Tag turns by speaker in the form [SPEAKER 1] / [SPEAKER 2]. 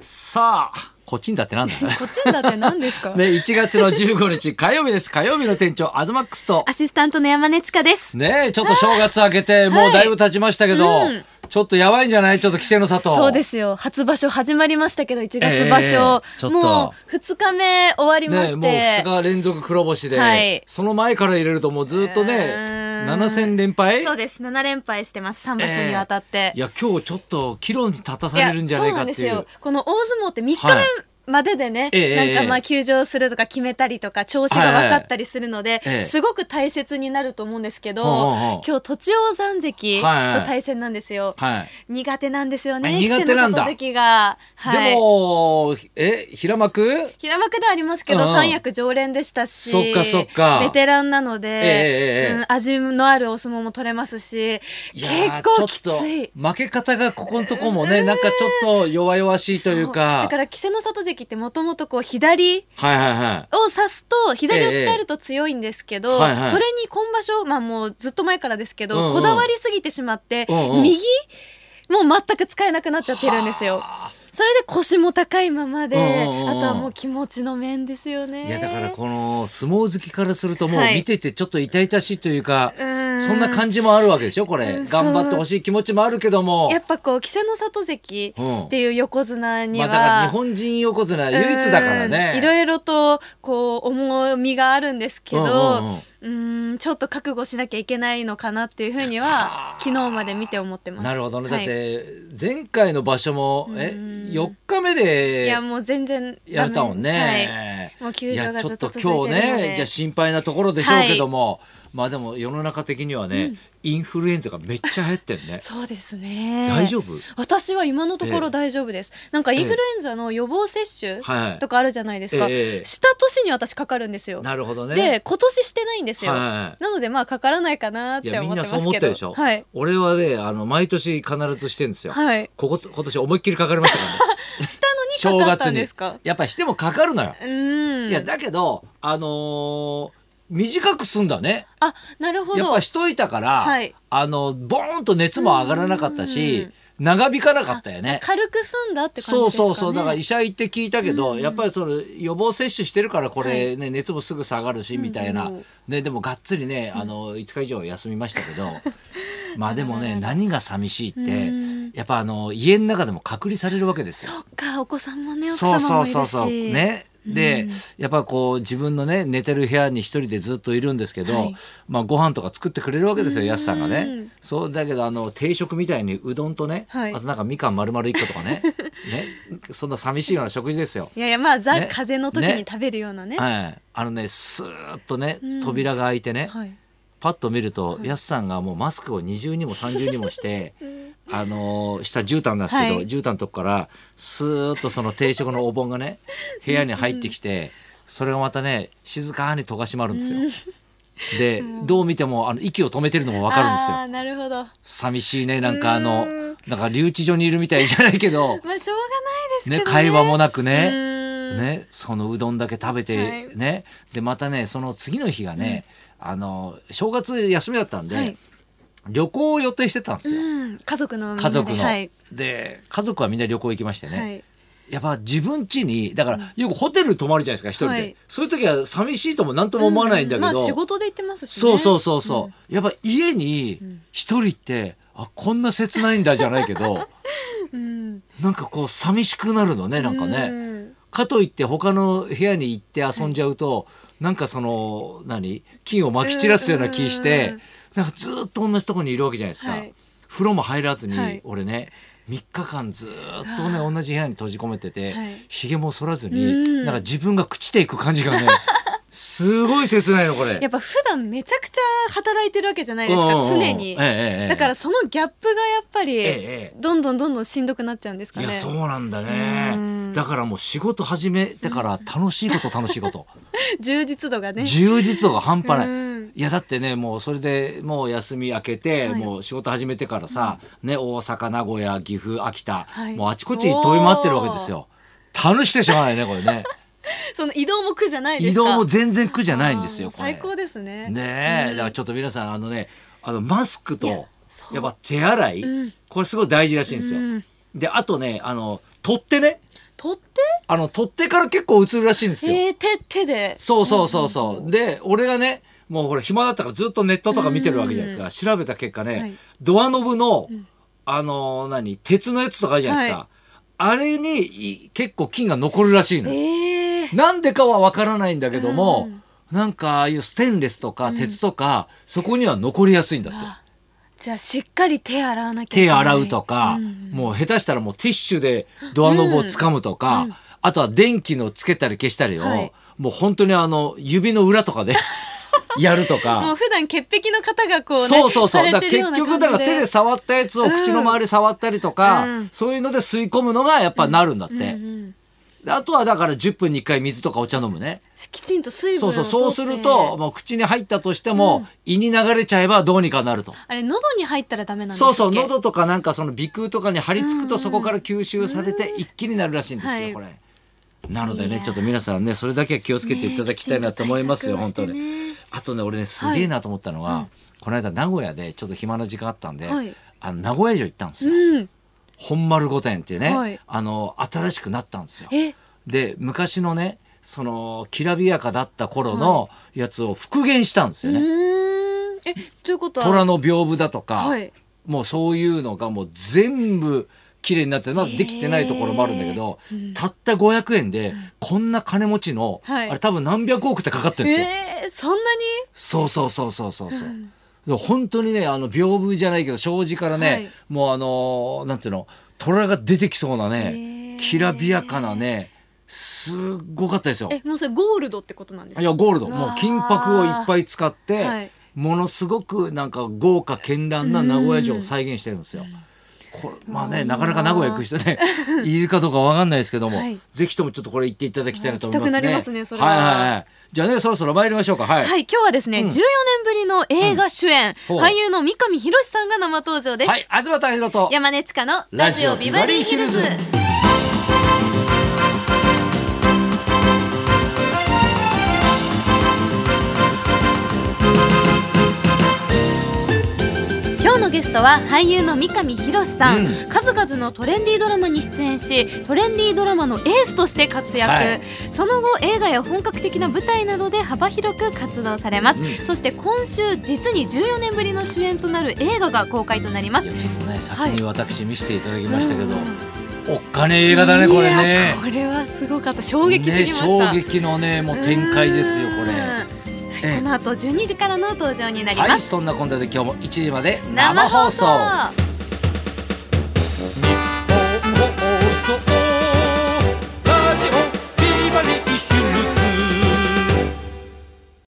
[SPEAKER 1] さあ、こっちんだってなんだ
[SPEAKER 2] こっちんだって何ですか、
[SPEAKER 1] ね、1月の15日火曜日です。火曜日の店長、アズマックスと。
[SPEAKER 2] アシスタントの山根千佳です。
[SPEAKER 1] ねえ、ちょっと正月明けて、もうだいぶ経ちましたけど、
[SPEAKER 2] うん
[SPEAKER 1] ちょっとやばいんじゃないちょっと規制の里。
[SPEAKER 2] そうですよ。初場所始まりましたけど、1月場所。
[SPEAKER 1] ええちょっと
[SPEAKER 2] もう2日目終わりま
[SPEAKER 1] ねえ、
[SPEAKER 2] して。
[SPEAKER 1] もう2日連続黒星で、
[SPEAKER 2] はい
[SPEAKER 1] その前から入れるともうずっとね、
[SPEAKER 2] うーん
[SPEAKER 1] 7戦連敗
[SPEAKER 2] そうです。7連敗してます。3場所にわたって。
[SPEAKER 1] いや、今日ちょっと岐路に立たさ
[SPEAKER 2] いや
[SPEAKER 1] れるんじゃないかってい。
[SPEAKER 2] そううなんですよこの大相撲って3日
[SPEAKER 1] はい
[SPEAKER 2] 目まででね、
[SPEAKER 1] ええええ
[SPEAKER 2] なんかまあ休場するとか決めたりとか調子が分かったりするので、
[SPEAKER 1] ええ
[SPEAKER 2] すごく大切になると思うんですけど、
[SPEAKER 1] ほうほうほう
[SPEAKER 2] 今日栃煌山関と
[SPEAKER 1] はいはい
[SPEAKER 2] 対戦なんですよ、
[SPEAKER 1] はい。
[SPEAKER 2] 苦手なんですよ
[SPEAKER 1] あ
[SPEAKER 2] ね
[SPEAKER 1] 苦手なんだ
[SPEAKER 2] 稀勢の里関が、はい、
[SPEAKER 1] でも、え、平幕
[SPEAKER 2] 平幕ではありますけど、
[SPEAKER 1] うん
[SPEAKER 2] 三役常連でしたし、
[SPEAKER 1] そっかそっか
[SPEAKER 2] ベテランなので、
[SPEAKER 1] ええええ
[SPEAKER 2] うん味のあるお相撲も取れますし、
[SPEAKER 1] い
[SPEAKER 2] 結
[SPEAKER 1] やー
[SPEAKER 2] 構きつ
[SPEAKER 1] ちょっ
[SPEAKER 2] い。
[SPEAKER 1] と負け方がここのとこもね、なんかちょっと弱々しいという
[SPEAKER 2] そ
[SPEAKER 1] か
[SPEAKER 2] だから、稀勢の里関ってもともとこう、左
[SPEAKER 1] はいはいはい。
[SPEAKER 2] を刺すと、左を使えると強いんですけど、
[SPEAKER 1] ええはいはい
[SPEAKER 2] それに今場所、まあもうずっと前からですけど、
[SPEAKER 1] うんうん
[SPEAKER 2] こだわりすぎてしまって、
[SPEAKER 1] うんうん
[SPEAKER 2] 右もう全く使えなくなっちゃってるんですよ。それで腰も高いままで、
[SPEAKER 1] うんうんうん
[SPEAKER 2] あとはもう気持ちの面ですよね。
[SPEAKER 1] いやだからこの相撲好きからするともう
[SPEAKER 2] はい
[SPEAKER 1] 見ててちょっと痛々しいというか、
[SPEAKER 2] うん
[SPEAKER 1] そんな感じもあるわけでしょこれ、
[SPEAKER 2] うん
[SPEAKER 1] 頑張ってほしい気持ちもあるけども
[SPEAKER 2] やっぱこう稀勢の里関っていう横綱に
[SPEAKER 1] ま
[SPEAKER 2] は、
[SPEAKER 1] あだから日本人横綱唯一だからね
[SPEAKER 2] うんいろいろとこう重みがあるんですけど、う
[SPEAKER 1] うんうん
[SPEAKER 2] んちょっと覚悟しなきゃいけないのかなっていうふうに
[SPEAKER 1] はあ
[SPEAKER 2] は昨日まで見て思ってます。
[SPEAKER 1] なるほどね、
[SPEAKER 2] はい
[SPEAKER 1] だって前回の場所もえ
[SPEAKER 2] うん
[SPEAKER 1] 4日目
[SPEAKER 2] いや
[SPEAKER 1] で
[SPEAKER 2] もう全然
[SPEAKER 1] やれたもん
[SPEAKER 2] ダメ
[SPEAKER 1] ね。
[SPEAKER 2] はいもう休場が
[SPEAKER 1] ちょ
[SPEAKER 2] ず
[SPEAKER 1] っ
[SPEAKER 2] っと
[SPEAKER 1] と
[SPEAKER 2] 続いてるの
[SPEAKER 1] 今
[SPEAKER 2] で
[SPEAKER 1] 日ねじゃあ心配なところでしょうけども、まあでも世の中的にはね、インフルエンザがめっちゃ流行ってるね
[SPEAKER 2] そうですね
[SPEAKER 1] 大丈夫
[SPEAKER 2] 私は今のとこ
[SPEAKER 1] ええ
[SPEAKER 2] ろ大丈夫です、なんかインフルエンザの予防接種
[SPEAKER 1] はい
[SPEAKER 2] とかあるじゃないですか、
[SPEAKER 1] ええええ
[SPEAKER 2] した年に私かかるんですよ
[SPEAKER 1] なるほどね
[SPEAKER 2] で今年してないんですよ、
[SPEAKER 1] はいはい
[SPEAKER 2] なのでまあかからないかなっ
[SPEAKER 1] い
[SPEAKER 2] て
[SPEAKER 1] やみ
[SPEAKER 2] 思
[SPEAKER 1] ん
[SPEAKER 2] って
[SPEAKER 1] な
[SPEAKER 2] ます
[SPEAKER 1] そう思
[SPEAKER 2] けど
[SPEAKER 1] ってるでしょ、
[SPEAKER 2] はい
[SPEAKER 1] 俺はねあの毎年必ずしてるんですよ、
[SPEAKER 2] はい
[SPEAKER 1] ここ今年思いっきりかかりましたから ね
[SPEAKER 2] したの
[SPEAKER 1] 正
[SPEAKER 2] にかかった
[SPEAKER 1] 月
[SPEAKER 2] ん
[SPEAKER 1] に
[SPEAKER 2] ですか
[SPEAKER 1] やっぱりしてもかかるのよ、
[SPEAKER 2] うーん
[SPEAKER 1] いやだけどあのー短く済んだね
[SPEAKER 2] あなるほ
[SPEAKER 1] やっ
[SPEAKER 2] ど
[SPEAKER 1] ぱしといたから、
[SPEAKER 2] はい
[SPEAKER 1] あのボーンと熱も上がらなかった
[SPEAKER 2] うんうん
[SPEAKER 1] し
[SPEAKER 2] うん
[SPEAKER 1] 長引かなかったよね
[SPEAKER 2] 軽く済んだって感じ
[SPEAKER 1] そ
[SPEAKER 2] で
[SPEAKER 1] う
[SPEAKER 2] すかね
[SPEAKER 1] そうそうだから医者行って聞いたけど、
[SPEAKER 2] うん
[SPEAKER 1] やっぱりその予防接種してるからこ
[SPEAKER 2] は
[SPEAKER 1] れ、ね熱もすぐ下がるしみたいな、
[SPEAKER 2] うんうん
[SPEAKER 1] ね、でもがっつりねあの5日以上休みましたけど まあでも
[SPEAKER 2] あ
[SPEAKER 1] ね
[SPEAKER 2] らら
[SPEAKER 1] 何が寂しいって、
[SPEAKER 2] うん
[SPEAKER 1] やっぱあの家の中でも隔離されるわけですよ。
[SPEAKER 2] そっかお子さんもね奥
[SPEAKER 1] そう
[SPEAKER 2] 様
[SPEAKER 1] そ
[SPEAKER 2] も
[SPEAKER 1] う
[SPEAKER 2] いるし
[SPEAKER 1] そうそうねで、
[SPEAKER 2] うん
[SPEAKER 1] やっぱこう自分のね寝てる部屋に一人でずっといるんですけど、
[SPEAKER 2] はい
[SPEAKER 1] まあご飯とか作ってくれるわけですよ、
[SPEAKER 2] うん
[SPEAKER 1] やすさんが
[SPEAKER 2] う
[SPEAKER 1] ね
[SPEAKER 2] ん。
[SPEAKER 1] そうだけどあの定食みたいにうどんとね、
[SPEAKER 2] はい
[SPEAKER 1] あとなんかみかん丸々一個とか ねねそんな寂しいような食事ですよ。
[SPEAKER 2] いやいやまあザ、
[SPEAKER 1] ね
[SPEAKER 2] 風邪の時
[SPEAKER 1] ね
[SPEAKER 2] に食べるようなね
[SPEAKER 1] はい、あのねスーッとね
[SPEAKER 2] うん
[SPEAKER 1] 扉が開いてね、
[SPEAKER 2] はい
[SPEAKER 1] パッと見ると、やすさんがもうマスクを二重にも三重にも して、あのー下絨毯なんですけど、
[SPEAKER 2] はい
[SPEAKER 1] 絨毯のとこからスーッとその定食のお盆が ね部屋に入ってきてそれがまたね静かに戸が閉まるんですよ。で、 どう見てもあの息を止めてるのもわかるんです
[SPEAKER 2] あ
[SPEAKER 1] よ
[SPEAKER 2] ーなるほどま
[SPEAKER 1] 寂しいねなんかあ
[SPEAKER 2] う
[SPEAKER 1] の
[SPEAKER 2] ん
[SPEAKER 1] なんか留置所にいるみたいじゃないけ ど
[SPEAKER 2] あしょうがないですけど
[SPEAKER 1] ね
[SPEAKER 2] ね
[SPEAKER 1] 会話もなくね。
[SPEAKER 2] うん
[SPEAKER 1] ね、そのうどんだけ食べて
[SPEAKER 2] はい
[SPEAKER 1] ね、でまたねその次の日がね、あの正月休みだったんで、
[SPEAKER 2] はい
[SPEAKER 1] 旅行を予定してたんですよ、
[SPEAKER 2] うん家族のみんなで
[SPEAKER 1] 家族の。
[SPEAKER 2] はい
[SPEAKER 1] で家族はみんな旅行行きましてね、
[SPEAKER 2] はい
[SPEAKER 1] やっぱ自分家にだからよくホテル泊まるじゃないですか一人で、
[SPEAKER 2] はい
[SPEAKER 1] そういう時は寂しいとも何とも思わないんだけど、
[SPEAKER 2] うまあ仕事で行ってますしね
[SPEAKER 1] そうそうそうそう、やっぱ家に一人ってあこんな切ないんだじゃないけ ど
[SPEAKER 2] うん
[SPEAKER 1] なんかこう寂しくなるのねなんかね。
[SPEAKER 2] うん
[SPEAKER 1] かといって他の部屋に行って遊んじゃうと、なんかその何菌をまき散らすような気して、
[SPEAKER 2] うん
[SPEAKER 1] なんかずっと同じとこにいるわけじゃないですか、
[SPEAKER 2] はい
[SPEAKER 1] 風呂も入らずに、
[SPEAKER 2] はい
[SPEAKER 1] 俺ね3日間ずっとね同じ部屋に閉じ込めてて
[SPEAKER 2] はい
[SPEAKER 1] ひげ、も剃らずに、
[SPEAKER 2] うん
[SPEAKER 1] なんか自分が朽ちていく感じ がねすごい切ないのこれ。
[SPEAKER 2] やっぱ普段めちゃくちゃ働いてるわけじゃないですか
[SPEAKER 1] うんうんうん
[SPEAKER 2] 常に
[SPEAKER 1] ええええ
[SPEAKER 2] だからそのギャップがやっぱり、
[SPEAKER 1] ええ
[SPEAKER 2] どんどんどんどんしんどくなっちゃうんですか
[SPEAKER 1] い
[SPEAKER 2] ね。
[SPEAKER 1] やそうなんだ
[SPEAKER 2] う
[SPEAKER 1] ね
[SPEAKER 2] ん
[SPEAKER 1] だからもう仕事始めてから楽しいこと楽しいこと。
[SPEAKER 2] 充実度がね。
[SPEAKER 1] 充実度が半端ない、
[SPEAKER 2] うん
[SPEAKER 1] いやだってねもうそれでもう休み明けて、
[SPEAKER 2] はい
[SPEAKER 1] もう仕事始めてからさ、ね、大阪名古屋岐阜秋田、
[SPEAKER 2] はい
[SPEAKER 1] もうあちこち飛び回ってるわけですよ楽しくてしょうがないねこれね
[SPEAKER 2] その移動も苦じゃ ないで
[SPEAKER 1] 移
[SPEAKER 2] すか。
[SPEAKER 1] 動も全然苦じゃないんですよ
[SPEAKER 2] あー
[SPEAKER 1] これ
[SPEAKER 2] 最高ですね。
[SPEAKER 1] ねえ、
[SPEAKER 2] うん
[SPEAKER 1] だからちょっと皆さんあのねあのマスクと
[SPEAKER 2] いや
[SPEAKER 1] や
[SPEAKER 2] そう
[SPEAKER 1] っぱ手洗い、
[SPEAKER 2] うん
[SPEAKER 1] これすごい大事らしいんですよ、
[SPEAKER 2] うん
[SPEAKER 1] であとねあの取ってね
[SPEAKER 2] 取っ
[SPEAKER 1] あの取ってから結構映るらしいんです
[SPEAKER 2] て
[SPEAKER 1] よ。
[SPEAKER 2] えー、手手で
[SPEAKER 1] そうそうそうそう。で、俺がね、もうこれ暇だったからずっとネットとか見てるわけじゃないですか。調べた結果ね、
[SPEAKER 2] はい
[SPEAKER 1] ドアノブの、あのー何、鉄のやつとかあるじゃないですか。
[SPEAKER 2] は
[SPEAKER 1] あれにい結構菌が残るらしいのよ。
[SPEAKER 2] えー、
[SPEAKER 1] なんでかはわからないんだけども、
[SPEAKER 2] うん
[SPEAKER 1] なんかああいうステンレスとか鉄とか、そこには残りやすいんだって。
[SPEAKER 2] じゃあしっかり手洗わなきゃいけ
[SPEAKER 1] 手
[SPEAKER 2] ない
[SPEAKER 1] 洗うとか、
[SPEAKER 2] ん
[SPEAKER 1] もう下手したらもうティッシュでドアノブを掴むとか、あとは電気のつけたり消したりを、
[SPEAKER 2] はい
[SPEAKER 1] もう本当にあの指の裏と かでやると
[SPEAKER 2] もう
[SPEAKER 1] か。
[SPEAKER 2] 普段潔癖の方がこうね
[SPEAKER 1] そうそうそう。
[SPEAKER 2] さ
[SPEAKER 1] だ
[SPEAKER 2] れ
[SPEAKER 1] から
[SPEAKER 2] てるよ
[SPEAKER 1] 結
[SPEAKER 2] な感じ
[SPEAKER 1] 局だから手で触ったやつを口の周り触ったりとか、
[SPEAKER 2] うん
[SPEAKER 1] そういうので吸い込むのがやっぱなるんだって。
[SPEAKER 2] うんうん
[SPEAKER 1] であとはだから10分に1回水とかお茶飲むね。
[SPEAKER 2] きちんと水分
[SPEAKER 1] そ
[SPEAKER 2] を
[SPEAKER 1] うそう。そうす
[SPEAKER 2] 取
[SPEAKER 1] る
[SPEAKER 2] って
[SPEAKER 1] と、もう口に入ったとしても、胃に流れちゃえばどうにかなると。
[SPEAKER 2] あれ喉に入ったらダメなんですっ
[SPEAKER 1] そう
[SPEAKER 2] け
[SPEAKER 1] そう喉とかなんかその鼻腔とかに張り付くとそこから吸収されて一気になるらしいんですよ、
[SPEAKER 2] はい
[SPEAKER 1] これ。なので
[SPEAKER 2] い
[SPEAKER 1] ね
[SPEAKER 2] や
[SPEAKER 1] ちょっと皆さんねそれだけは気をつけていただきたいなと思いますよ、
[SPEAKER 2] ねえ
[SPEAKER 1] 本当
[SPEAKER 2] きちんと対策をして
[SPEAKER 1] に
[SPEAKER 2] ね。
[SPEAKER 1] あとね俺ねすげえなと思ったのは、この間名古屋でちょっと暇な時間あったんで、
[SPEAKER 2] はい
[SPEAKER 1] あの名古屋城行ったんですよ。
[SPEAKER 2] うん
[SPEAKER 1] 本丸御殿っていうね、
[SPEAKER 2] はい
[SPEAKER 1] あの新しくなったんですよ。
[SPEAKER 2] え
[SPEAKER 1] で昔のねそのきらびやかだった頃のやつを復元したんですよ
[SPEAKER 2] う
[SPEAKER 1] ね。
[SPEAKER 2] ーんえということは
[SPEAKER 1] 虎の屏風だとか、
[SPEAKER 2] はい
[SPEAKER 1] もうそういうのがもう全部綺麗になってまだできてないところもあるんだけど、たった500円でこんな金持ちの、
[SPEAKER 2] はい
[SPEAKER 1] あれ多分何百億ってかかってるんですよ。
[SPEAKER 2] えー、そんな
[SPEAKER 1] そうそうそうそうそうそう。でも本当にねあの屏風じゃないけど障子からね、
[SPEAKER 2] はい
[SPEAKER 1] もうあのーなんていうの虎が出てきそうな
[SPEAKER 2] へ
[SPEAKER 1] ね
[SPEAKER 2] ー
[SPEAKER 1] きらびやかなねすっごかったですよ。
[SPEAKER 2] にえもうそれゴールドってことなんで
[SPEAKER 1] い
[SPEAKER 2] すか
[SPEAKER 1] やゴールド
[SPEAKER 2] うわー
[SPEAKER 1] もう金箔をいっぱい使って、
[SPEAKER 2] はい
[SPEAKER 1] ものすごくなんか豪華絢爛な名古屋城を再現してるんですよ。これまあねなかなか名古屋行く人ね いいかどうかわかんないですけども、
[SPEAKER 2] はい
[SPEAKER 1] ぜひともちょっとこれ行っていただきたいなと思いますね。
[SPEAKER 2] 行きたくなりますねそれは
[SPEAKER 1] はいはいはい。じゃあねそろそろ参りましょうか。はい。
[SPEAKER 2] はい、今日はですね、
[SPEAKER 1] ん
[SPEAKER 2] 14年ぶりの映画主演、
[SPEAKER 1] うんほう
[SPEAKER 2] 俳優の三上博史さんが生登場です、
[SPEAKER 1] はい、東大弘と
[SPEAKER 2] 山根千佳のラジオビバリーヒルズ
[SPEAKER 1] ラジオビバリー
[SPEAKER 2] 今日のゲストは俳優の三上博史さん、
[SPEAKER 1] うん
[SPEAKER 2] 数々のトレンディードラマに出演しトレンディードラマのエースとして活躍、
[SPEAKER 1] はい
[SPEAKER 2] その後映画や本格的な舞台などで幅広く活動されます、
[SPEAKER 1] うん
[SPEAKER 2] そして今週実に14年ぶりの主演となる映画が公開となります
[SPEAKER 1] いやちょっとね先に私見せていただきましたけど、
[SPEAKER 2] うん
[SPEAKER 1] おっかねえ映画だねこれ
[SPEAKER 2] い
[SPEAKER 1] ね
[SPEAKER 2] や。これはすごかった衝撃すぎました、
[SPEAKER 1] ね衝撃のねもう展開ですよこ
[SPEAKER 2] うんは
[SPEAKER 1] れ。
[SPEAKER 2] い
[SPEAKER 1] ええ
[SPEAKER 2] この後12時からの登場になり
[SPEAKER 1] は
[SPEAKER 2] ま
[SPEAKER 1] い
[SPEAKER 2] す、
[SPEAKER 1] そんなこんなで今日も1時まで
[SPEAKER 2] 生放送